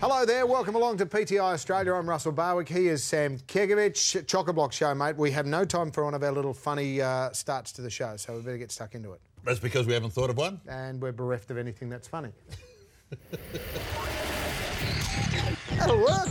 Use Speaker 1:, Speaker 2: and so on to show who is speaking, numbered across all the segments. Speaker 1: Hello there, welcome along to PTI Australia. I'm Russell Barwick. He is Sam Kegovich. Chockablock show, mate. We have no time for one of our little funny uh, starts to the show, so we better get stuck into it.
Speaker 2: That's because we haven't thought of one.
Speaker 1: And we're bereft of anything that's funny. That'll work.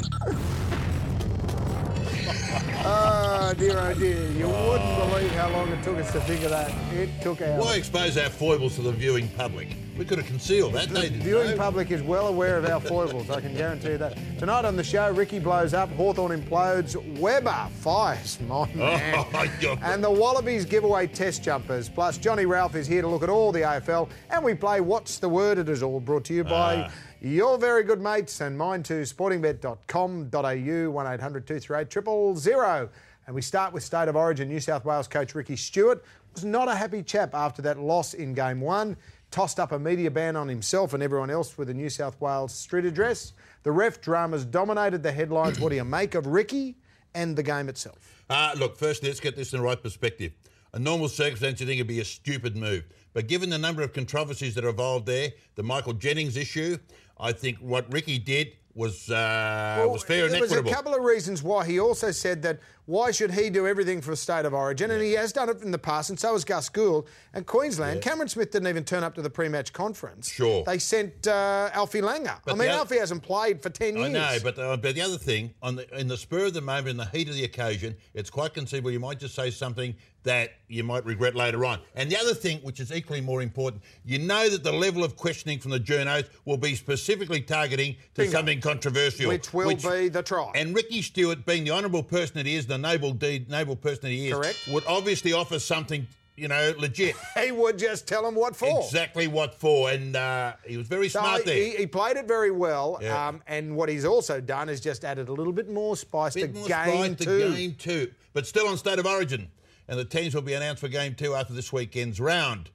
Speaker 1: oh dear, oh dear. You wouldn't believe how long it took us to think of that. It took hours.
Speaker 2: Why expose our foibles to the viewing public? We could have concealed that.
Speaker 1: The
Speaker 2: They didn't
Speaker 1: viewing
Speaker 2: know.
Speaker 1: public is well aware of our foibles, I can guarantee you that. Tonight on the show, Ricky blows up, Hawthorn implodes, Weber fires, my man.
Speaker 2: Oh, my God.
Speaker 1: And the Wallabies giveaway test jumpers. Plus, Johnny Ralph is here to look at all the AFL, and we play What's the Word It Is All, brought to you by
Speaker 2: Ah.
Speaker 1: your very good mates and mine too, sportingbet.com.au, 1800 238 000. And we start with State of Origin. New South Wales coach Ricky Stewart was not a happy chap after that loss in game one. Tossed up a media ban on himself and everyone else with a New South Wales street address. The ref dramas dominated the headlines. what do you make of Ricky and the game itself?
Speaker 2: Ah, look, first let's get this in the right perspective. A normal circumstance, you think it'd be a stupid move. But given the number of controversies that are involved there, the Michael Jennings issue, I think what Ricky did was uh, was fair and
Speaker 1: there was a
Speaker 2: equitable.
Speaker 1: couple of reasons why he also said that why should he do everything for a state of origin, and he has done it in the past, and so has Gus Gould and Queensland. Cameron Smith didn't even turn up to the pre-match conference.
Speaker 2: Sure.
Speaker 1: they sent uh, Alfie Langer. I
Speaker 2: But
Speaker 1: mean,
Speaker 2: the oth-
Speaker 1: Alfie hasn't played for ten years.
Speaker 2: I know, but the, but the other thing, on the, in the spur of the moment, in the heat of the occasion, it's quite conceivable you might just say something that you might regret later on. And the other thing, which is equally more important, you know that the level of questioning from the journos will be specifically targeting to
Speaker 1: Bingo.
Speaker 2: something controversial,
Speaker 1: Which will be the try.
Speaker 2: And Ricky Stewart, being the honourable person that he is, the noble deed, noble person that he is,
Speaker 1: Correct.
Speaker 2: would obviously offer something, you know, legit.
Speaker 1: he would just tell him what for.
Speaker 2: Exactly what for, and uh, he was very
Speaker 1: So
Speaker 2: smart there.
Speaker 1: he, he played it very well,
Speaker 2: Yeah.
Speaker 1: um, and what he's also done is just added a little bit more spice
Speaker 2: bit
Speaker 1: to
Speaker 2: more
Speaker 1: game
Speaker 2: stride
Speaker 1: two.
Speaker 2: to game two, but still on state of origin. And the teams will be announced for game two after this weekend's round.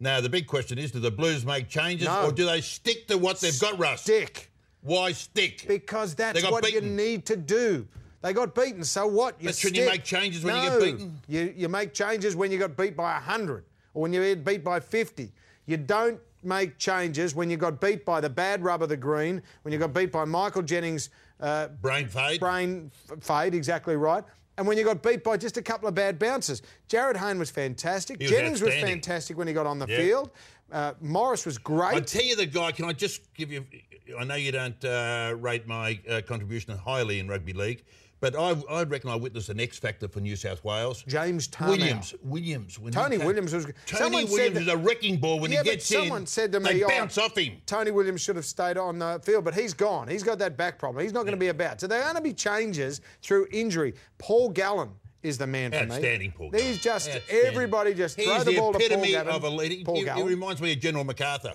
Speaker 2: Now, the big question is do the Blues make changes
Speaker 1: No.
Speaker 2: or do they stick to what they've got, Russ?
Speaker 1: Dick.
Speaker 2: Why stick?
Speaker 1: Because that's
Speaker 2: They got
Speaker 1: what you
Speaker 2: beaten.
Speaker 1: need to do. They got beaten, so what? You
Speaker 2: But shouldn't you
Speaker 1: stick.
Speaker 2: make changes when you get
Speaker 1: No.
Speaker 2: beaten?
Speaker 1: You, you make changes when you got beat by 100 or when you get beat by 50. You don't make changes when you got beat by the bad rubber, the green, when you got beat by Michael Jennings' uh,
Speaker 2: Brain fade.
Speaker 1: brain f- fade, exactly right. And when you got beat by just a couple of bad bounces, Jared Hayne was fantastic.
Speaker 2: was
Speaker 1: Jennings was
Speaker 2: outstanding.
Speaker 1: fantastic when he got on the
Speaker 2: Yeah.
Speaker 1: field. Uh, Morris was
Speaker 2: I
Speaker 1: great.
Speaker 2: tell you the guy, can I just give you. I know you don't uh, rate my uh, contribution highly in rugby league, but I, I reckon I witnessed an X factor for New South Wales.
Speaker 1: James Tarnow.
Speaker 2: Williams, Williams. When he
Speaker 1: Tony
Speaker 2: came-
Speaker 1: Williams was-
Speaker 2: Tony
Speaker 1: someone said
Speaker 2: Williams
Speaker 1: that-
Speaker 2: is a wrecking ball when
Speaker 1: Yeah,
Speaker 2: he
Speaker 1: but
Speaker 2: gets in.
Speaker 1: someone said to me,
Speaker 2: they
Speaker 1: "Oh,
Speaker 2: bounce off him.
Speaker 1: Tony Williams should have stayed on the field, but he's gone. He's got that back problem. He's not going to be about. So there are going to be changes through injury. Paul Gallen is the man for me.
Speaker 2: Outstanding, Paul.
Speaker 1: He's
Speaker 2: Gallen.
Speaker 1: just
Speaker 2: Outstanding.
Speaker 1: everybody just
Speaker 2: He
Speaker 1: throw
Speaker 2: is
Speaker 1: the, ball to Paul
Speaker 2: epitome
Speaker 1: Gallen.
Speaker 2: of a leader.
Speaker 1: Paul
Speaker 2: he, he
Speaker 1: Gallen.
Speaker 2: reminds me of General MacArthur.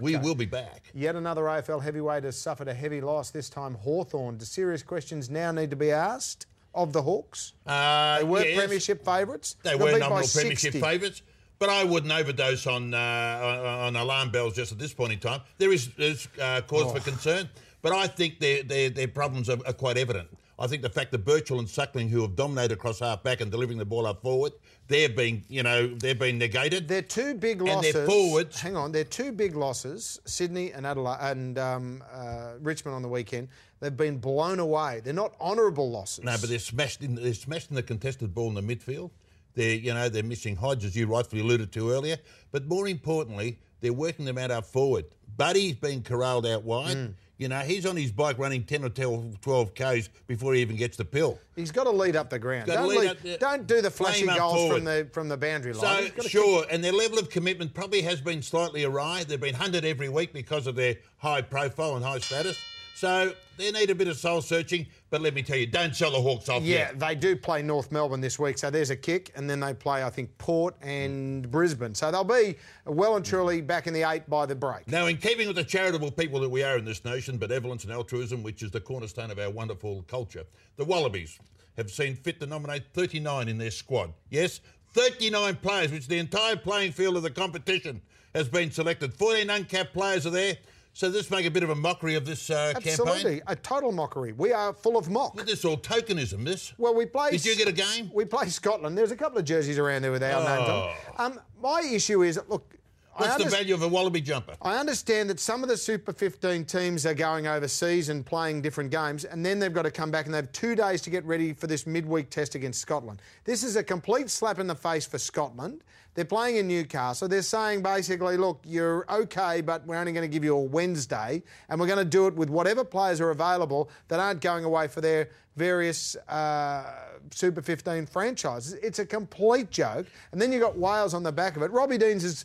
Speaker 2: We will be back.
Speaker 1: Yet another AFL heavyweight has suffered a heavy loss. This time Hawthorn. Do serious questions now need to be asked of the Hawks?
Speaker 2: Uh,
Speaker 1: They were
Speaker 2: yes,
Speaker 1: premiership favourites.
Speaker 2: They
Speaker 1: Got
Speaker 2: were
Speaker 1: beat by
Speaker 2: nominal premiership
Speaker 1: 60.
Speaker 2: favourites, but I wouldn't overdose on uh, on on alarm bells just at this point in time. There is there's, uh, cause
Speaker 1: Oh.
Speaker 2: for concern, but I think their their, their problems are, are quite evident. I think the fact that Birchall and Suckling, who have dominated across half back and delivering the ball up forward, they're being you know they're being negated.
Speaker 1: Their two big
Speaker 2: And
Speaker 1: losses.
Speaker 2: their forwards-
Speaker 1: Hang on, their two big losses, Sydney and Adelaide and um, uh, Richmond on the weekend. They've been blown away. They're not honourable losses.
Speaker 2: No, but they're smashed in. They're smashed in the contested ball in the midfield. They're you know they're missing Hodge as you rightfully alluded to earlier. But more importantly, they're working them out up forward. Buddy's been corralled out wide.
Speaker 1: Hmm.
Speaker 2: You know he's on his bike running ten or 12 12 k's before he even gets the pill.
Speaker 1: he's got to lead up the ground.
Speaker 2: Gotta
Speaker 1: Don't,
Speaker 2: lead
Speaker 1: lead-
Speaker 2: up the-
Speaker 1: don't do the
Speaker 2: Play
Speaker 1: flashy
Speaker 2: him up
Speaker 1: goals from
Speaker 2: forward.
Speaker 1: the from the boundary line.
Speaker 2: So
Speaker 1: He's gotta
Speaker 2: sure, and their level of commitment probably has been slightly awry. They've been hunted every week because of their high profile and high status. So they need a bit of soul searching. But let me tell you, don't sell the Hawks off
Speaker 1: Yeah,
Speaker 2: yet.
Speaker 1: they do play North Melbourne this week, so there's a kick, and then they play, I think, Port and Brisbane. So they'll be well and truly back in the eight by the break.
Speaker 2: Now, in keeping with the charitable people that we are in this nation, benevolence and altruism, which is the cornerstone of our wonderful culture, the Wallabies have seen fit to nominate 39 in their squad. Yes, 39 players, which the entire playing field of the competition has been selected. 14 uncapped players are there. So this make a bit of a mockery of this uh, campaign.
Speaker 1: Absolutely, a total mockery. We are full of mock.
Speaker 2: With this all tokenism, this.
Speaker 1: Well, we play.
Speaker 2: Did you get a game?
Speaker 1: We play Scotland. There's a couple of jerseys around there with our names on. Um, my issue is, look,
Speaker 2: What's the
Speaker 1: underst-
Speaker 2: value of a wallaby jumper?
Speaker 1: I understand that some of the Super 15 teams are going overseas and playing different games, and then they've got to come back and they have two days to get ready for this midweek test against Scotland. This is a complete slap in the face for Scotland. They're playing in Newcastle. They're saying basically, look, you're okay, but we're only going to give you a Wednesday, and we're going to do it with whatever players are available that aren't going away for their various uh, Super 15 franchises. It's a complete joke. And then you've got Wales on the back of it. Robbie Deans is.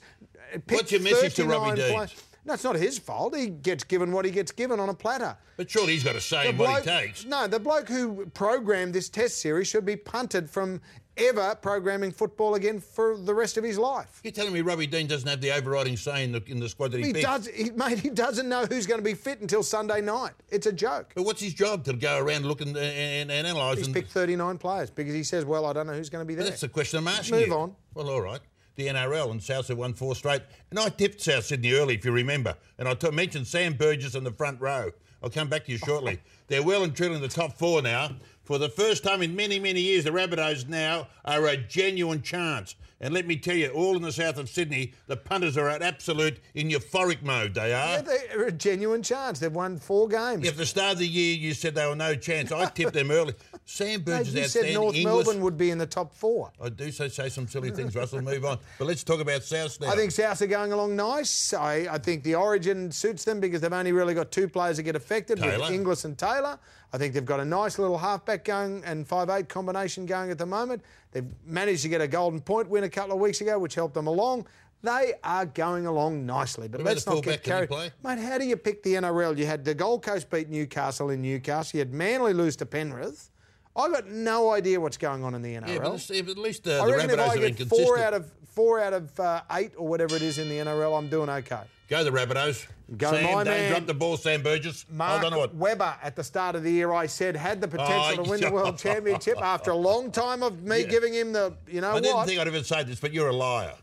Speaker 2: What's your message to Robbie
Speaker 1: 39
Speaker 2: Deans?
Speaker 1: players- no, it's not his fault. He gets given what he gets given on a platter.
Speaker 2: But surely he's got a say in what he takes.
Speaker 1: No, the bloke who programmed this test series should be punted from ever programming football again for the rest of his life.
Speaker 2: You're telling me Robbie Dean doesn't have the overriding say in the, in the squad that he,
Speaker 1: He
Speaker 2: picks?
Speaker 1: does, he, mate. He doesn't know who's going to be fit until Sunday night. It's a joke.
Speaker 2: But what's his job to go around looking and, and, and analyse?
Speaker 1: He's
Speaker 2: and-
Speaker 1: picked 39 players because he says, "Well, I don't know who's going to be there."
Speaker 2: That's the question I'm asking.
Speaker 1: Move
Speaker 2: you.
Speaker 1: on.
Speaker 2: Well, all right. The NRL and South have won four straight. And I tipped South Sydney early, if you remember. And I t- mentioned Sam Burgess in the front row. I'll come back to you shortly. They're well and truly in the top four now. For the first time in many, many years, the Rabbitohs now are a genuine chance. And let me tell you, all in the south of Sydney, the punters are at absolute in euphoric mode. They are.
Speaker 1: Yeah, they're a genuine chance. They've won four games.
Speaker 2: If the start of the year you said they were no chance, I tipped them early. Sam
Speaker 1: Mate,
Speaker 2: Burgess
Speaker 1: you said
Speaker 2: outstanding.
Speaker 1: North
Speaker 2: English-
Speaker 1: Melbourne would be in the top four.
Speaker 2: I do so say some silly things, Russell. Move on. But let's talk about South now.
Speaker 1: I think South are going along nice. I, I think the origin suits them because they've only really got two players that get affected
Speaker 2: Taylor.
Speaker 1: with Inglis and Taylor. I think they've got a nice little halfback going and 5'8 combination going at the moment. They've managed to get a golden point win a couple of weeks ago, which helped them along. They are going along nicely, but
Speaker 2: Who about
Speaker 1: let's
Speaker 2: the
Speaker 1: not get
Speaker 2: fullback? Can he
Speaker 1: carried.
Speaker 2: play?
Speaker 1: Mate, how do you pick the NRL? You had the Gold Coast beat Newcastle in Newcastle. You had Manly lose to Penrith. I got no idea what's going on in the NRL.
Speaker 2: Yeah, but at- yeah, but at least uh,
Speaker 1: I
Speaker 2: the
Speaker 1: reckon if
Speaker 2: Rabbitohs
Speaker 1: I
Speaker 2: are
Speaker 1: get four out
Speaker 2: inconsistent.
Speaker 1: of four out of uh, eight or whatever it is in the NRL, I'm doing okay.
Speaker 2: Go the Rabbitohs.
Speaker 1: Go
Speaker 2: Sam,
Speaker 1: my
Speaker 2: don't
Speaker 1: man.
Speaker 2: drop the ball, Sam Burgess.
Speaker 1: Mark
Speaker 2: I don't know what.
Speaker 1: Webber at the start of the year, I said had the potential
Speaker 2: Oh,
Speaker 1: to win the world championship after a long time of me giving him the you know
Speaker 2: I didn't
Speaker 1: what.
Speaker 2: think I'd ever say this, but you're a liar.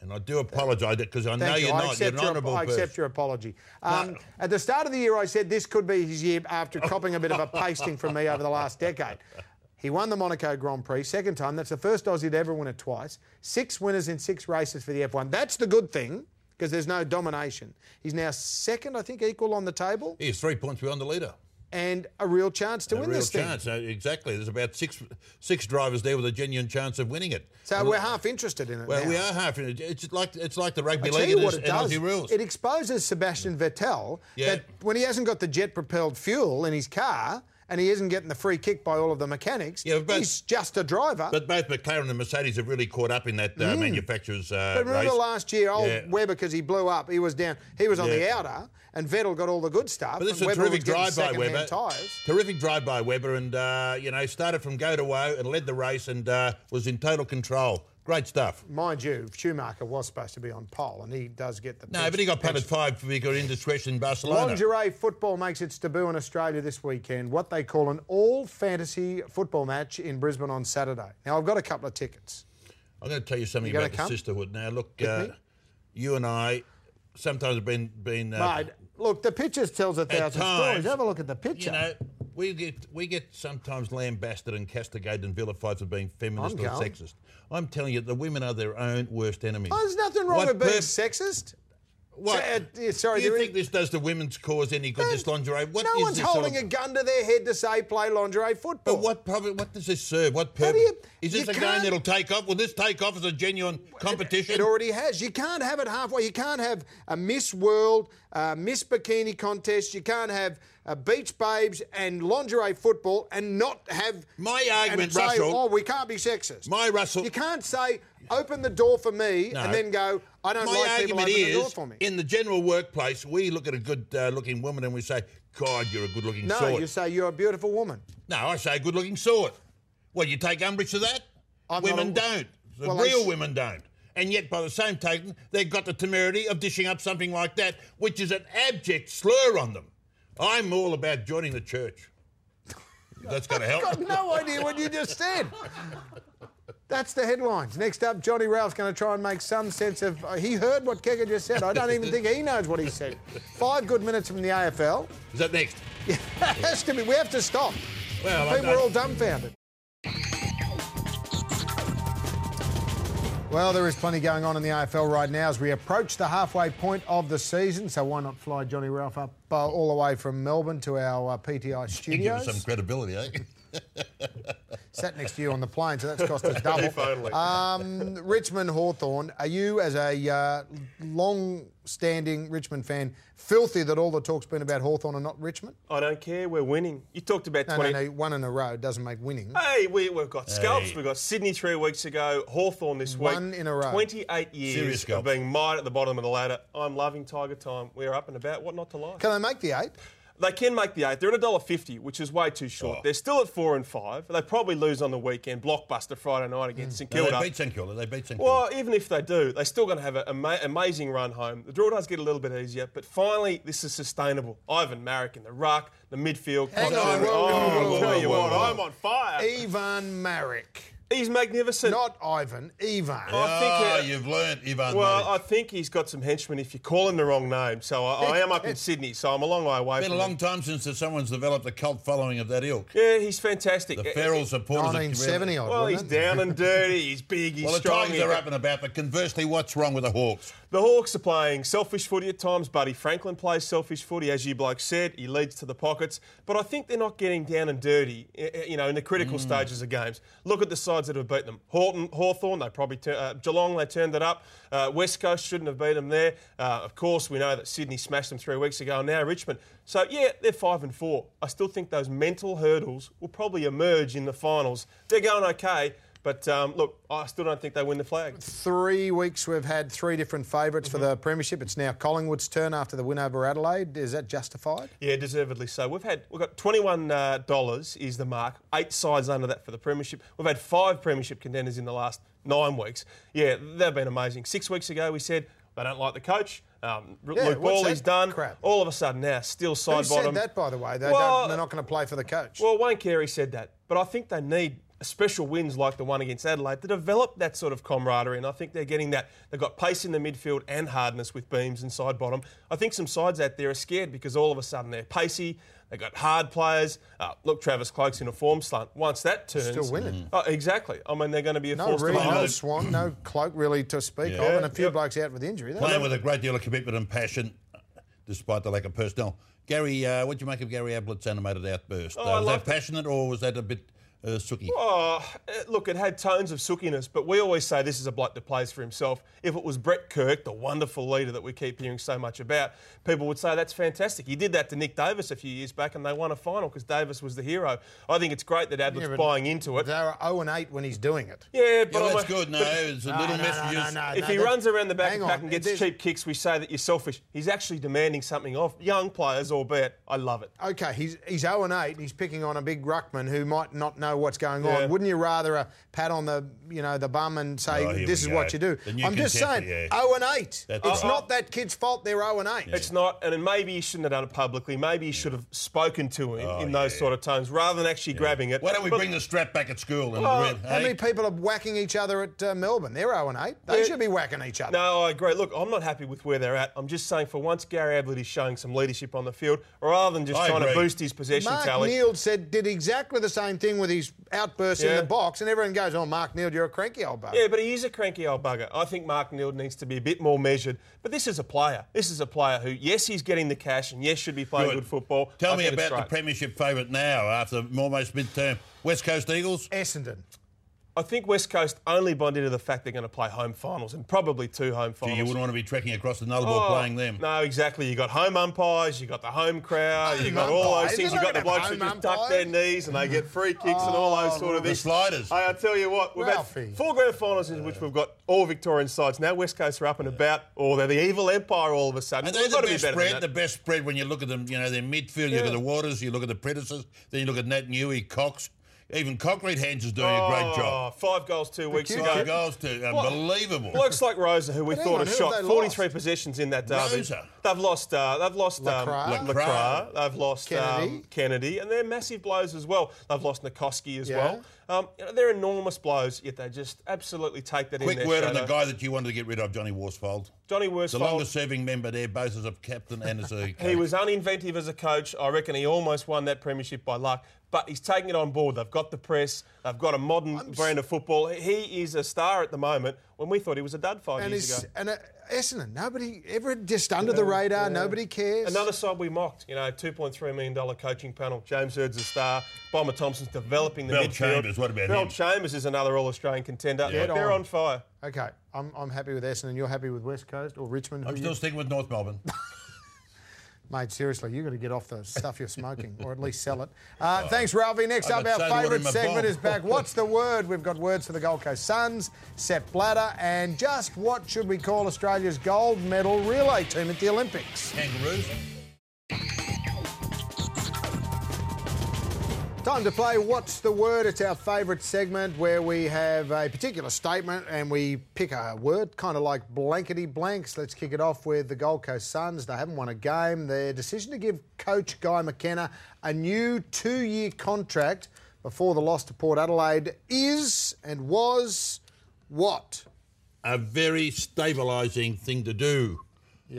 Speaker 2: And I do apologise because I know
Speaker 1: Thank
Speaker 2: you're
Speaker 1: I
Speaker 2: not. You're
Speaker 1: accept
Speaker 2: an
Speaker 1: your,
Speaker 2: honourable
Speaker 1: I
Speaker 2: person.
Speaker 1: accept your apology. Um, At the start of the year, I said this could be his year after
Speaker 2: Oh.
Speaker 1: copping a bit of a pasting from me over the last decade. He won the Monaco Grand Prix second time. That's the first Aussie to ever win it twice. Six winners in six races for the F1. That's the good thing because there's no domination. He's now second, I think, equal on the table
Speaker 2: He's three points behind the leader.
Speaker 1: and a real chance to
Speaker 2: A
Speaker 1: win
Speaker 2: real
Speaker 1: this thing.
Speaker 2: chance. Uh, exactly. There's about six six drivers there with a genuine chance of winning it.
Speaker 1: So
Speaker 2: And
Speaker 1: we're half interested in it.
Speaker 2: Well,
Speaker 1: now.
Speaker 2: we are half. in it. It's like it's like the rugby
Speaker 1: Tell
Speaker 2: league.
Speaker 1: you
Speaker 2: and
Speaker 1: what
Speaker 2: it's-
Speaker 1: it does.
Speaker 2: and Aussie rules.
Speaker 1: It exposes Sebastian Vettel
Speaker 2: Yeah.
Speaker 1: that when he hasn't got the jet propelled fuel in his car and he isn't getting the free kick by all of the mechanics,
Speaker 2: Yeah, but-
Speaker 1: he's just a driver.
Speaker 2: But both McLaren and Mercedes have really caught up in that uh, manufacturer's uh,
Speaker 1: Mm. But remember
Speaker 2: race.
Speaker 1: last year, old
Speaker 2: Yeah.
Speaker 1: Webber, because he blew up, he was down. He was on the
Speaker 2: Yeah.
Speaker 1: outer, and Vettel got all the good stuff.
Speaker 2: but this is
Speaker 1: and
Speaker 2: a
Speaker 1: Webber was
Speaker 2: terrific
Speaker 1: getting
Speaker 2: drive by
Speaker 1: second-hand
Speaker 2: Webber.
Speaker 1: Tyres.
Speaker 2: Terrific drive by Webber, and uh, you know started from go to woe and led the race and uh, was in total control. Great stuff.
Speaker 1: Mind you, Schumacher was supposed to be on pole, and he does get the.
Speaker 2: No,
Speaker 1: pinch-
Speaker 2: but he got
Speaker 1: pinch
Speaker 2: punted five because indiscretion in Barcelona.
Speaker 1: Lingerie football makes its debut in Australia this weekend, what they call an all fantasy football match in Brisbane on Saturday. Now, I've got a couple of tickets.
Speaker 2: I'm going to tell you something
Speaker 1: You gonna
Speaker 2: about the
Speaker 1: come?
Speaker 2: sisterhood. Now, look, uh,
Speaker 1: me?
Speaker 2: you and I sometimes have been been uh,
Speaker 1: Mate, look, the pictures tells a thousand stories.
Speaker 2: times,
Speaker 1: Have a look at the picture.
Speaker 2: You know, we get we get sometimes lambasted and castigated and vilified for being feminist
Speaker 1: I'm
Speaker 2: or
Speaker 1: going.
Speaker 2: sexist. I'm telling you, the women are their own worst enemies.
Speaker 1: Oh, there's nothing wrong
Speaker 2: What
Speaker 1: with being
Speaker 2: perp-
Speaker 1: sexist.
Speaker 2: What?
Speaker 1: Uh, yeah, sorry,
Speaker 2: do you
Speaker 1: there is-
Speaker 2: think this does the women's cause any good? This lingerie. What
Speaker 1: no
Speaker 2: is
Speaker 1: one's
Speaker 2: this
Speaker 1: holding
Speaker 2: sort
Speaker 1: a
Speaker 2: of-
Speaker 1: gun to their head to say play lingerie football.
Speaker 2: But what problem? What does this serve? What
Speaker 1: How do
Speaker 2: purpose?
Speaker 1: you-
Speaker 2: is this
Speaker 1: you
Speaker 2: a game
Speaker 1: can't-
Speaker 2: that'll take off? Will this take off as a genuine competition?
Speaker 1: It already has. You can't have it halfway. You can't have a Miss World, uh, Miss Bikini contest. You can't have uh, beach babes and lingerie football and not have.
Speaker 2: My
Speaker 1: and
Speaker 2: argument,
Speaker 1: say,
Speaker 2: Russell-
Speaker 1: Oh, we can't be sexist.
Speaker 2: My Russell-
Speaker 1: You can't say open the door for me
Speaker 2: No.
Speaker 1: and then go. I don't
Speaker 2: My
Speaker 1: like people
Speaker 2: argument
Speaker 1: opening the door
Speaker 2: is,
Speaker 1: for me.
Speaker 2: in the general workplace, we look at a good-looking woman and we say, "God, you're a good-looking
Speaker 1: no,
Speaker 2: sort."
Speaker 1: you say you're a beautiful woman.
Speaker 2: No, I say a good-looking sort. Well, you take umbrage to that.
Speaker 1: I'm
Speaker 2: women
Speaker 1: not a-
Speaker 2: don't. The
Speaker 1: Well, I
Speaker 2: real
Speaker 1: s-
Speaker 2: women don't. And yet, by the same token, they've got the temerity of dishing up something like that, which is an abject slur on them. I'm all about joining the church. That's going to help.
Speaker 1: I've no idea what you just said. That's the headlines. Next up, Johnny Ralph's going to try and make some sense of. uh, he heard what Kegger just said. I don't even think he knows what he said. Five good minutes from the AFL.
Speaker 2: Is that next?
Speaker 1: Has to be. We have to stop.
Speaker 2: Well, I
Speaker 1: People are
Speaker 2: don't-
Speaker 1: all dumbfounded. Well, there is plenty going on in the AFL right now as we approach the halfway point of the season. So why not fly Johnny Ralph up uh, all the way from Melbourne to our uh, PTI
Speaker 2: Give us some
Speaker 1: studios?
Speaker 2: credibility, eh?
Speaker 1: Sat next to you on the plane, so that's cost us double.
Speaker 2: Finally.
Speaker 1: Um, Richmond Hawthorn, are you, as a uh, long standing Richmond fan, filthy that all the talk's been about Hawthorn and not Richmond?
Speaker 3: I don't care. We're winning. You talked about
Speaker 1: No,
Speaker 3: 20.
Speaker 1: no, no, one in a row doesn't make winning.
Speaker 3: Hey, we, we've got scalps. We've got Sydney three weeks ago, Hawthorn this week.
Speaker 1: One in a row.
Speaker 3: 28
Speaker 2: Serious
Speaker 3: years
Speaker 2: scalps.
Speaker 3: of being mired at the bottom of the ladder. I'm loving Tiger time. We're up and about. What not to like?
Speaker 1: Can they make the eight?
Speaker 3: They can make the eight. They're at $1.50, which is way too short.
Speaker 2: Oh.
Speaker 3: They're still at four and five. They probably lose on the weekend. Blockbuster Friday night against St
Speaker 2: Mm. No,
Speaker 3: Kilda.
Speaker 2: they beat St Kilda. They beat St Kilda.
Speaker 3: Well, even if they do, they're still going to have an ama- amazing run home. The draw does get a little bit easier, but finally, this is sustainable. Ivan Marek in the ruck, the midfield.
Speaker 1: Hang
Speaker 3: Cox-
Speaker 1: on, whoa, whoa,
Speaker 3: Oh,
Speaker 1: whoa,
Speaker 3: I'll tell you
Speaker 2: whoa,
Speaker 3: what,
Speaker 2: whoa.
Speaker 3: I'm on fire.
Speaker 1: Ivan Marek.
Speaker 3: He's magnificent.
Speaker 1: Not Ivan, Ivan.
Speaker 3: I think,
Speaker 2: Ah,
Speaker 3: uh,
Speaker 2: you've learnt, Ivan.
Speaker 3: well, I
Speaker 2: Well,
Speaker 3: think he's got some henchmen if you call him the wrong name. So I, I am up in Sydney, so I'm a long way away
Speaker 2: it's been a
Speaker 3: from
Speaker 2: long
Speaker 3: him.
Speaker 2: time since that someone's developed a cult following of that ilk.
Speaker 3: Yeah, he's fantastic.
Speaker 2: The
Speaker 3: Uh,
Speaker 2: feral supporters. of-
Speaker 1: 1970 odd.
Speaker 3: Well, he's
Speaker 1: wasn't it?
Speaker 3: down and dirty. He's big. He's
Speaker 2: Well, the
Speaker 3: strong.
Speaker 2: Tigers
Speaker 3: he-
Speaker 2: are up and about, but conversely, what's wrong with the Hawks?
Speaker 3: The Hawks are playing selfish footy at times. Buddy Franklin plays selfish footy, as you bloke said. He leads to the pockets. But I think they're not getting down and dirty, i- i- you know, in the critical stages of games. Look at the sides that have beaten them. Horton, Hawthorn, they probably tur- uh, Geelong, they turned it up. Uh, West Coast shouldn't have beat them there. Uh, of course, we know that Sydney smashed them three weeks ago, and now Richmond. So, yeah, they're five and four. I still think those mental hurdles will probably emerge in the finals. They're going okay. But um, look, I still don't think they win the flag.
Speaker 1: Three weeks we've had three different favorites
Speaker 3: Mm-hmm.
Speaker 1: for the premiership. It's now Collingwood's turn after the win over Adelaide. Is that justified?
Speaker 3: Yeah, deservedly so. We've had we've got twenty one dollars is the mark. Eight sides under that for the premiership. We've had five premiership contenders in the last nine weeks. Yeah, they've been amazing. Six weeks ago we said they don't like the coach. Um, R-
Speaker 1: Yeah,
Speaker 3: Luke
Speaker 1: what's
Speaker 3: Bawley's
Speaker 1: that
Speaker 3: done.
Speaker 1: crap?
Speaker 3: All of a sudden now, still side
Speaker 1: Who
Speaker 3: bottom.
Speaker 1: said that, by the way? They
Speaker 3: Well-
Speaker 1: don't, they're not going to play for the coach.
Speaker 3: Well, Wayne Carey said that, but I think they need special wins like the one against Adelaide to develop that sort of camaraderie, and I think they're getting that. They've got pace in the midfield and hardness with beams and side bottom. I think some sides out there are scared because all of a sudden they're pacey. They've got hard players. Uh, look, Travis Cloak's in a form stunt. Once that turns.
Speaker 1: Still winning.
Speaker 3: Oh, exactly. I mean, they're going to be a
Speaker 1: no
Speaker 3: force
Speaker 1: Reed,
Speaker 3: to be
Speaker 1: no
Speaker 3: reckoned
Speaker 1: Swan, no Cloak really to speak
Speaker 2: Yeah.
Speaker 1: of, and a few
Speaker 3: Yep.
Speaker 1: blokes out with injury. That-
Speaker 2: Playing with a great deal of commitment and passion, despite the lack of personnel. Gary, uh, what do you make of Gary Ablett's animated outburst? Uh,
Speaker 3: Oh, I
Speaker 2: was that
Speaker 3: liked it.
Speaker 2: passionate or was that a bit uh, sooky?
Speaker 3: Oh, eh, look, it had tones of sookiness, but we always say this is a bloke that plays for himself. If it was Brett Kirk, the wonderful leader that we keep hearing so much about, people would say that's fantastic. He did that to Nick Davis a few years back, and they won a final because Davis was the hero. I think it's great that Adlet's
Speaker 1: Yeah, but-
Speaker 3: buying into it.
Speaker 1: They were 0 and 8 when he's doing it.
Speaker 3: yeah, but
Speaker 2: Yeah,
Speaker 3: I'm
Speaker 2: that's
Speaker 3: a-
Speaker 2: good. No,
Speaker 3: but
Speaker 2: it's a
Speaker 1: No,
Speaker 2: little
Speaker 1: no, no,
Speaker 2: message.
Speaker 1: no, no,
Speaker 3: If
Speaker 1: no,
Speaker 3: he
Speaker 1: that-
Speaker 3: runs around the back
Speaker 1: hang
Speaker 3: of the pack
Speaker 1: on,
Speaker 3: and gets
Speaker 1: there's-
Speaker 3: cheap kicks, we say that you're selfish. He's actually demanding something of young players, albeit. I love it.
Speaker 1: Okay, he's he's 0 and 8 and he's picking on a big ruckman who might not know what's going
Speaker 3: Yeah.
Speaker 1: on. Wouldn't you rather a pat on the you know the bum and say
Speaker 2: Oh, here
Speaker 1: this is
Speaker 2: we go.
Speaker 1: what you do?
Speaker 2: The new
Speaker 1: I'm just saying
Speaker 2: contemporary,
Speaker 1: 0
Speaker 2: yeah.
Speaker 1: and 8.
Speaker 2: That's
Speaker 1: it's
Speaker 2: right.
Speaker 1: not that kid's fault they're 0 and 8.
Speaker 3: It's not, and then maybe he shouldn't have done it publicly. Maybe he should have spoken to him in those sort of tones rather than actually grabbing it.
Speaker 2: Oh, Why don't we
Speaker 3: But- Oh,
Speaker 2: bring the strap back at school and
Speaker 3: Well,
Speaker 2: read?
Speaker 1: How
Speaker 2: hey?
Speaker 1: many people are whacking each other at uh, Melbourne? They're 0 and 8. They
Speaker 3: Yeah.
Speaker 1: should be whacking each other.
Speaker 3: No, I agree. Look, I'm not happy with where they're at. I'm just saying, for once, Gary Ablett is showing some leadership on the field rather than just
Speaker 2: I
Speaker 3: trying to
Speaker 2: agree.
Speaker 3: boost his possession
Speaker 1: Mark
Speaker 3: tally.
Speaker 1: Neal said did exactly the same thing with his outburst in
Speaker 3: Yeah.
Speaker 1: the box, and everyone goes, "Oh, Mark Neal, you're a cranky old bugger."
Speaker 3: Yeah, but he is a cranky old bugger. I think Mark Neal needs to be a bit more measured. But this is a player. This is a player who, yes, he's getting the cash and yes, should be playing good, football.
Speaker 2: Tell
Speaker 3: I
Speaker 2: me
Speaker 3: think it's
Speaker 2: about the
Speaker 3: great.
Speaker 2: premiership favourite now after almost mid-term. West Coast Eagles.
Speaker 1: Essendon.
Speaker 3: I think West Coast only bonded to the fact they're going to play home finals and probably two home
Speaker 2: Gee,
Speaker 3: finals.
Speaker 2: you wouldn't want to be trekking across the Nullarbor
Speaker 3: Oh,
Speaker 2: playing them.
Speaker 3: No, exactly. You got home umpires, you got the home crowd,
Speaker 1: Home
Speaker 3: you got all
Speaker 1: umpires?
Speaker 3: those things.
Speaker 1: They're
Speaker 3: You
Speaker 1: not
Speaker 3: got
Speaker 1: gonna
Speaker 3: the blokes who
Speaker 1: have
Speaker 3: just tuck
Speaker 1: home
Speaker 3: their
Speaker 1: umpires.
Speaker 3: knees and they get free kicks and all those sort of
Speaker 2: Oh, The
Speaker 3: things.
Speaker 2: sliders.
Speaker 3: Hey, I tell you what, we've
Speaker 1: Ralphie.
Speaker 3: had four grand finals in which we've got all Victorian sides. Now West Coast are up and about, or they're the evil empire all of a sudden.
Speaker 2: And
Speaker 3: We've
Speaker 2: they're the
Speaker 3: got to be
Speaker 2: best
Speaker 3: better than
Speaker 2: spread.
Speaker 3: that.
Speaker 2: The best spread when you look at them, you know, their midfield. You look
Speaker 3: Yeah.
Speaker 2: at the Waters, you look at the Predators, then you look at Nat Newey, Cox, even Concrete Hands is doing a great job.
Speaker 3: Oh, Five goals two weeks
Speaker 1: cute
Speaker 3: ago.
Speaker 1: kid.
Speaker 2: Five goals to unbelievable.
Speaker 3: Blokes like Rosa, who we
Speaker 1: But hang
Speaker 3: thought
Speaker 1: on,
Speaker 3: had
Speaker 1: who
Speaker 3: shot
Speaker 1: have they
Speaker 3: 43
Speaker 1: lost?
Speaker 3: positions in that derby.
Speaker 2: Rosa?
Speaker 3: They've lost. Uh, they've lost um,
Speaker 1: Lacroix.
Speaker 3: Lacroix.
Speaker 2: Lacroix.
Speaker 3: They've lost Kennedy.
Speaker 1: Kennedy.
Speaker 3: Um, Kennedy, and they're massive blows as well. They've lost Nikoski as
Speaker 1: Yeah.
Speaker 3: well. Um, you know, they're enormous blows, yet they just absolutely take that in.
Speaker 2: Quick
Speaker 3: their
Speaker 2: word on the
Speaker 3: shadow.
Speaker 2: guy that you wanted to get rid of, Johnny Worsfold.
Speaker 3: Johnny
Speaker 2: The
Speaker 3: Worsfold.
Speaker 2: longest serving member there, both as a captain and as a
Speaker 3: He
Speaker 2: coach.
Speaker 3: was uninventive as a coach. I reckon he almost won that premiership by luck. But he's taking it on board. They've got the press. They've got a modern brand of football. He is a star at the moment. when we thought he was a dud five
Speaker 1: And,
Speaker 3: years
Speaker 1: it's,
Speaker 3: ago.
Speaker 1: and uh, Essendon, nobody ever just under the radar. Nobody cares.
Speaker 3: Another side we mocked, you know, $2.3 million coaching panel. James Hurd's a star. Bomber Thompson's developing the
Speaker 2: Bell
Speaker 3: midfield.
Speaker 2: Chambers, what about
Speaker 3: Bell
Speaker 2: him?
Speaker 3: Chambers is another All Australian contender.
Speaker 1: Dead
Speaker 3: They're
Speaker 1: on.
Speaker 3: on fire.
Speaker 1: Okay, I'm, I'm happy with Essendon. You're happy with West Coast or Richmond? Who
Speaker 2: I'm
Speaker 1: you-
Speaker 2: still sticking with North Melbourne.
Speaker 1: Mate, seriously, you've got to get off the stuff you're smoking, or at least sell it. Uh, Thanks, Ralphie. Next
Speaker 2: I
Speaker 1: up,
Speaker 2: got
Speaker 1: our
Speaker 2: so much
Speaker 1: favourite
Speaker 2: in my
Speaker 1: segment
Speaker 2: bomb.
Speaker 1: is back. What's the word? We've got words for the Gold Coast Suns, Sepp Blatter, and just what should we call Australia's gold medal relay team at the Olympics?
Speaker 2: Kangaroos.
Speaker 1: Time to play What's the Word? It's our favourite segment where we have a particular statement and we pick a word, kind of like blankety blanks. Let's kick it off with the Gold Coast Suns. They haven't won a game. Their decision to give coach Guy McKenna a new two year contract before the loss to Port Adelaide is and was what?
Speaker 2: a very stabilising thing to do.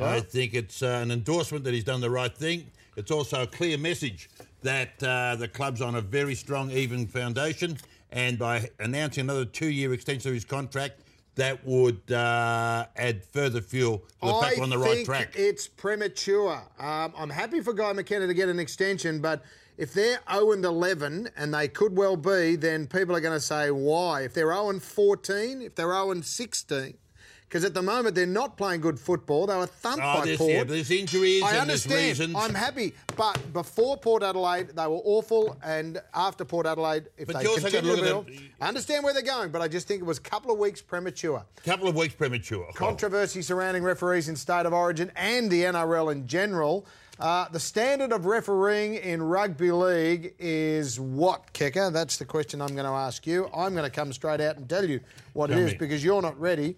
Speaker 2: I think it's uh, an endorsement that he's done the right thing. It's also a clear message that uh, the club's on a very strong, even foundation. And by announcing another two-year extension of his contract, that would uh, add further fuel to the
Speaker 1: I
Speaker 2: fact we're on the
Speaker 1: think
Speaker 2: right track.
Speaker 1: It's premature. Um, I'm happy for Guy McKenna to get an extension, but if they're 0 and 11, and they could well be, then people are going to say why. If they're 0 and 14, if they're 0 and 16, because at the moment they're not playing good football. They were thumped
Speaker 2: Oh,
Speaker 1: by
Speaker 2: there's,
Speaker 1: Port.
Speaker 2: yeah, but there's injuries
Speaker 1: I
Speaker 2: and there's
Speaker 1: understand.
Speaker 2: reasons.
Speaker 1: I'm happy, but before Port Adelaide, they were awful, and after Port Adelaide, if
Speaker 2: But
Speaker 1: they
Speaker 2: you also gotta
Speaker 1: continue to
Speaker 2: look at
Speaker 1: build, I understand where they're going, but I just think it was a couple of weeks premature
Speaker 2: a couple of weeks premature.
Speaker 1: controversy surrounding referees in state of origin and the NRL in general. Uh, the standard of refereeing in rugby league is what, Kicker? That's the question I'm going to ask you. I'm going to come straight out and tell you what
Speaker 2: Tell
Speaker 1: it is
Speaker 2: me.
Speaker 1: because you're not ready.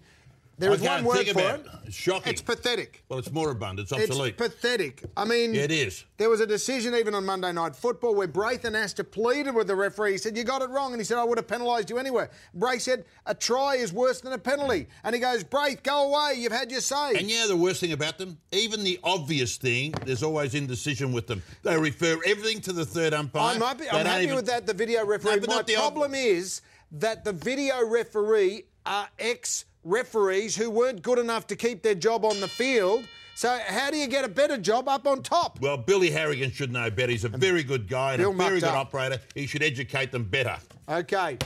Speaker 1: There
Speaker 2: I
Speaker 1: is one
Speaker 2: can't
Speaker 1: word
Speaker 2: think
Speaker 1: for
Speaker 2: about
Speaker 1: it.
Speaker 2: it. It's shocking.
Speaker 1: It's pathetic.
Speaker 2: well, it's moribund. It's
Speaker 1: It's
Speaker 2: obsolete.
Speaker 1: pathetic. I mean,
Speaker 2: Yeah, it is.
Speaker 1: There was a decision even on Monday Night Football where Braithen Astor pleaded with the referee. He said, You got it wrong. And he said, I would have penalised you anyway. Bray said, A try is worse than a penalty. And he goes, Braith, go away. You've had your say.
Speaker 2: And you know the worst thing about them? Even the obvious thing, there's always indecision with them. They refer everything to the third umpire.
Speaker 1: I might be,
Speaker 2: They
Speaker 1: I'm
Speaker 2: don't
Speaker 1: happy
Speaker 2: even-
Speaker 1: with that, the video referee.
Speaker 2: No, but
Speaker 1: My
Speaker 2: not the ob-
Speaker 1: problem is that the video referee are ex referees who weren't good enough to keep their job on the field. So, how do you get a better job up on top?
Speaker 2: Well, Billy Harrigan should know better. He's a very good guy and
Speaker 1: Bill
Speaker 2: a very
Speaker 1: mucked
Speaker 2: good
Speaker 1: up.
Speaker 2: operator. He should educate them better.
Speaker 1: Okay.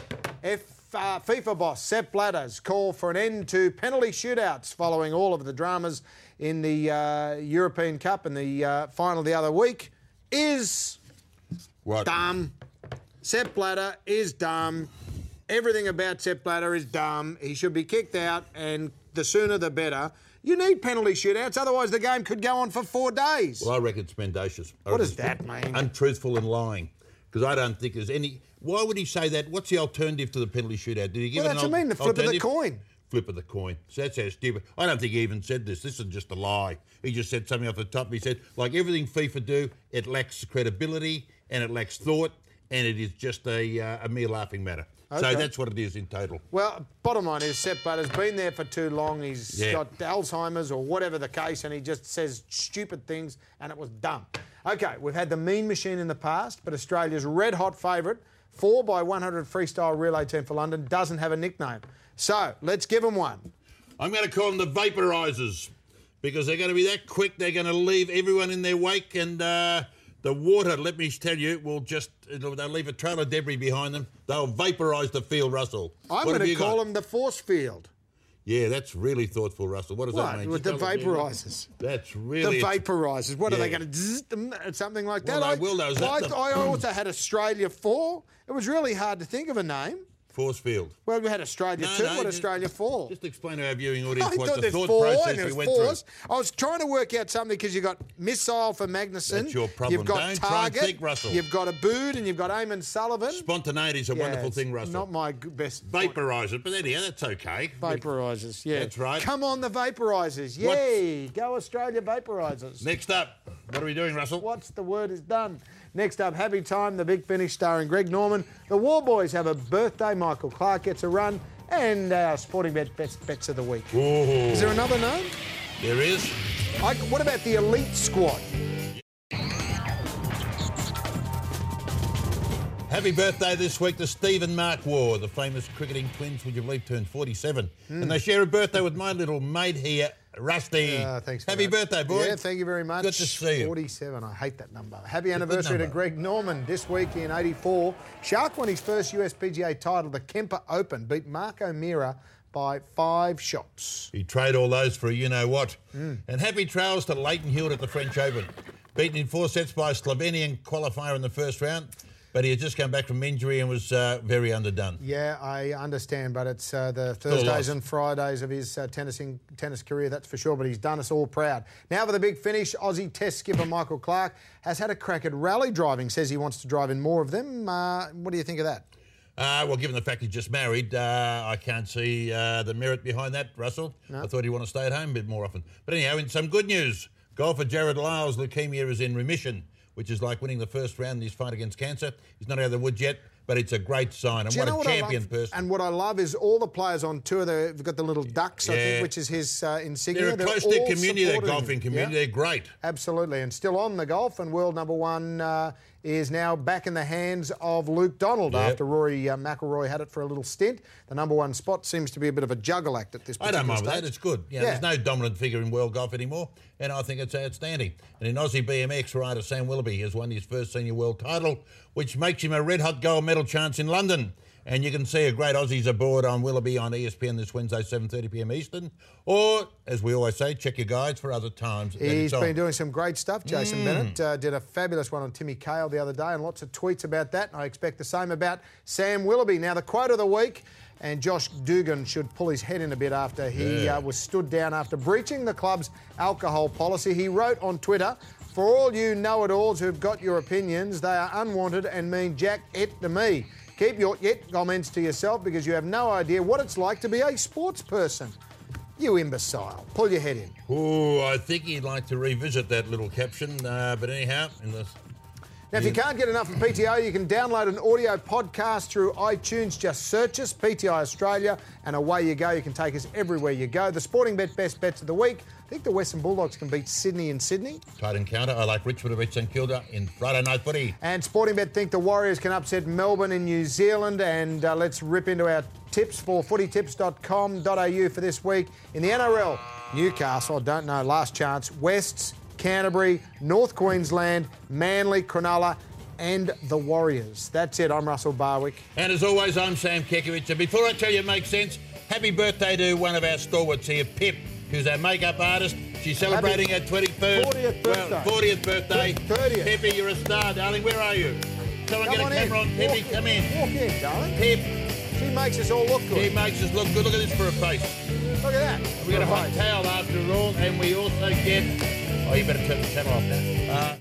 Speaker 1: F, uh, FIFA boss Sepp Blatter's call for an end to penalty shootouts following all of the dramas in the uh, European Cup and the uh, final the other week is
Speaker 2: Right.
Speaker 1: dumb. Sepp Blatter is dumb. Everything about Sepp Blatter is dumb. He should be kicked out, and the sooner the better. You need penalty shootouts, otherwise the game could go on for four days.
Speaker 2: Well, I reckon it's mendacious. I
Speaker 1: What
Speaker 2: reckon
Speaker 1: does
Speaker 2: it's
Speaker 1: that mean?
Speaker 2: Untruthful and lying. Because I don't think there's any. Why would he say that? What's the alternative to the penalty shootout? Did he give
Speaker 1: Well,
Speaker 2: an
Speaker 1: that's what I
Speaker 2: al-
Speaker 1: mean, the flip of the
Speaker 2: alternative?
Speaker 1: coin.
Speaker 2: Flip of the coin. So that's how stupid. I don't think he even said this. This is just a lie. He just said something off the top. He said, like everything FIFA do, it lacks credibility and it lacks thought and it is just a, uh, a mere laughing matter.
Speaker 1: Okay.
Speaker 2: So that's what it is in total.
Speaker 1: Well, bottom line is Sepp Butter's been there for too long. He's
Speaker 2: Yeah.
Speaker 1: got Alzheimer's or whatever the case, and he just says stupid things, and it was dumb. Okay, we've had the mean machine in the past, but Australia's red hot favourite, 4 by 100 freestyle relay team for London, doesn't have a nickname. So let's give him one.
Speaker 2: I'm going to call them the vaporizers because they're going to be that quick. They're going to leave everyone in their wake, and uh, the water, let me tell you, will just it'll, they'll leave a trail of debris behind them. They'll vaporize the field, Russell.
Speaker 1: I'm
Speaker 2: What have
Speaker 1: going to
Speaker 2: you
Speaker 1: call
Speaker 2: got?
Speaker 1: him the force field.
Speaker 2: Yeah, that's really thoughtful, Russell. What does that
Speaker 1: What?
Speaker 2: mean?
Speaker 1: With the
Speaker 2: Just tell them, yeah.
Speaker 1: vaporizers.
Speaker 2: That's
Speaker 1: The
Speaker 2: really
Speaker 1: vaporizers. What are they
Speaker 2: Yeah.
Speaker 1: going to something like
Speaker 2: Well,
Speaker 1: that?
Speaker 2: they will, though, is that
Speaker 1: I,
Speaker 2: the-
Speaker 1: I also had Australia 4. It was really hard to think of a name.
Speaker 2: force field.
Speaker 1: Well, we had Australia
Speaker 2: No,
Speaker 1: two.
Speaker 2: no,
Speaker 1: what
Speaker 2: just-
Speaker 1: Australia four?
Speaker 2: Just explain to our viewing
Speaker 1: I
Speaker 2: audience what
Speaker 1: thought
Speaker 2: the
Speaker 1: there's
Speaker 2: thought
Speaker 1: four
Speaker 2: process
Speaker 1: and
Speaker 2: we
Speaker 1: there's
Speaker 2: went
Speaker 1: fours.
Speaker 2: through.
Speaker 1: I was trying to work out something because you've got missile for Magnuson.
Speaker 2: That's your problem.
Speaker 1: You've got
Speaker 2: Don't try and
Speaker 1: target.
Speaker 2: think, Russell.
Speaker 1: You've got Abood and you've got Eamon Sullivan.
Speaker 2: Spontaneity is a
Speaker 1: Yeah,
Speaker 2: wonderful
Speaker 1: it's
Speaker 2: thing, Russell.
Speaker 1: Not my g- best. point.
Speaker 2: vaporizer, but anyhow, that's okay.
Speaker 1: Vaporizers, yeah.
Speaker 2: That's right.
Speaker 1: Come on, the vaporizers.
Speaker 2: What's-
Speaker 1: Yay. Go Australia vaporizers.
Speaker 2: Next up, what are we doing, Russell?
Speaker 1: What's the word is done. Next up, Happy Time, the big finish starring Greg Norman. The War Boys have a birthday. Michael Clark gets a run. And our sporting bet best bets of the week.
Speaker 2: Ooh.
Speaker 1: Is there another name?
Speaker 2: There is.
Speaker 1: I, what about the elite squad?
Speaker 2: Happy birthday this week to Steve and Mark Waugh, the famous cricketing twins, would you believe, turned 47.
Speaker 1: Hmm.
Speaker 2: And they share a birthday with my little mate here, Rusty.
Speaker 1: Uh, thanks. for
Speaker 2: Happy
Speaker 1: that.
Speaker 2: birthday, boy.
Speaker 1: Yeah, thank you very much.
Speaker 2: Good to see you.
Speaker 1: 47. I hate that number. Happy anniversary to
Speaker 2: number.
Speaker 1: Greg Norman this week in 84. Shark won his first US PGA title, the Kemper Open, beat Mark O'Meara by five shots.
Speaker 2: You trade all those for a you know what.
Speaker 1: Hmm.
Speaker 2: And happy trails to Leighton Hewitt at the French Open. Beaten in four sets by a Slovenian qualifier in the first round, but he had just come back from injury and was uh, very underdone.
Speaker 1: Yeah, I understand, but it's uh, the
Speaker 2: a
Speaker 1: Thursdays
Speaker 2: loss.
Speaker 1: and Fridays of his uh, tennising, tennis career, that's for sure, but he's done us all proud. Now for the big finish, Aussie test skipper Michael Clark has had a crack at rally driving, says he wants to drive in more of them. Uh, what do you think of that?
Speaker 2: Uh, well, given the fact he's just married, uh, I can't see uh, the merit behind that, Russell. I thought he'd want to stay at home a bit more often. But anyhow, in some good news, golfer Jared Lyle's leukemia is in remission, which is like winning the first round in his fight against cancer. He's not out of the woods yet, but it's a great sign. And
Speaker 1: Do you
Speaker 2: what a
Speaker 1: know what I
Speaker 2: champion
Speaker 1: love?
Speaker 2: person.
Speaker 1: And what I love is all the players on tour, they've got the little ducks, I think,
Speaker 2: Yeah.
Speaker 1: which is his uh, insignia.
Speaker 2: They're a close-knit
Speaker 1: all
Speaker 2: community, that
Speaker 1: supporting him.
Speaker 2: golfing community.
Speaker 1: Yeah,
Speaker 2: They're great.
Speaker 1: absolutely. And still on the golf, and world number one uh, is now back in the hands of Luke Donald
Speaker 2: Yep.
Speaker 1: after Rory uh, McIlroy had it for a little stint. The number one spot seems to be a bit of a juggle act at this
Speaker 2: I
Speaker 1: particular
Speaker 2: don't mind with
Speaker 1: stage.
Speaker 2: that. It's good. You know,
Speaker 1: Yeah.
Speaker 2: There's no dominant figure in world golf anymore, and I think it's outstanding. And in Aussie BMX, rider Sam Willoughby has won his first senior world title, which makes him a red hot gold medal chance in London. And you can see a great Aussies aboard on Willoughby on E ESPN this Wednesday, 7:30 p.m. Eastern. Or, as we always say, check your guides for other times. that
Speaker 1: He's
Speaker 2: it's on.
Speaker 1: been doing some great stuff. Jason Bennett uh, did a fabulous one on Timmy Cale the other day, and lots of tweets about that. And I expect the same about Sam Willoughby. Now, the quote of the week, and Josh Dugan should pull his head in a bit after he uh, was stood down after breaching the club's alcohol policy. He wrote on Twitter. For all you know it alls who've got your opinions, they are unwanted and mean jack it to me. Keep your it comments to yourself because you have no idea what it's like to be a sports person. You imbecile. Pull your head in.
Speaker 2: Ooh, I think he'd like to revisit that little caption. Uh, but anyhow, in the
Speaker 1: Now, if you can't get enough of PTO, you can download an audio podcast through iTunes. Just search us, PTI Australia, and away you go. You can take us everywhere you go. The sporting bet best bets of the week. I think the Western Bulldogs can beat Sydney in Sydney.
Speaker 2: tight encounter, I like Richmond to beat St Kilda in Friday night footy.
Speaker 1: And Sporting Bet think the Warriors can upset Melbourne in New Zealand. And uh, let's rip into our tips for footytips.com.au for this week. In the NRL, Newcastle, I don't know, last chance, Wests, Canterbury, North Queensland, Manly, Cronulla, and the Warriors. That's it. I'm Russell Barwick.
Speaker 2: And as always, I'm Sam Kekovich. And before I tell you it makes sense, happy birthday to one of our stalwarts here, Pip, who's our makeup artist. She's celebrating her 23rd
Speaker 1: 40th
Speaker 2: well, 40th birthday.
Speaker 1: 30th.
Speaker 2: Pippi, you're a star, darling. Where are you? Someone get a camera on Pippi.
Speaker 1: Walk
Speaker 2: Come in.
Speaker 1: Walk in, darling.
Speaker 2: Pip,
Speaker 1: She makes us all look
Speaker 2: he
Speaker 1: good.
Speaker 2: makes us look good. Look at this for a face.
Speaker 1: Look at that.
Speaker 2: We got a hot
Speaker 1: Right.
Speaker 2: towel after all, and we also get. Oh, you better turn the channel off now. Uh,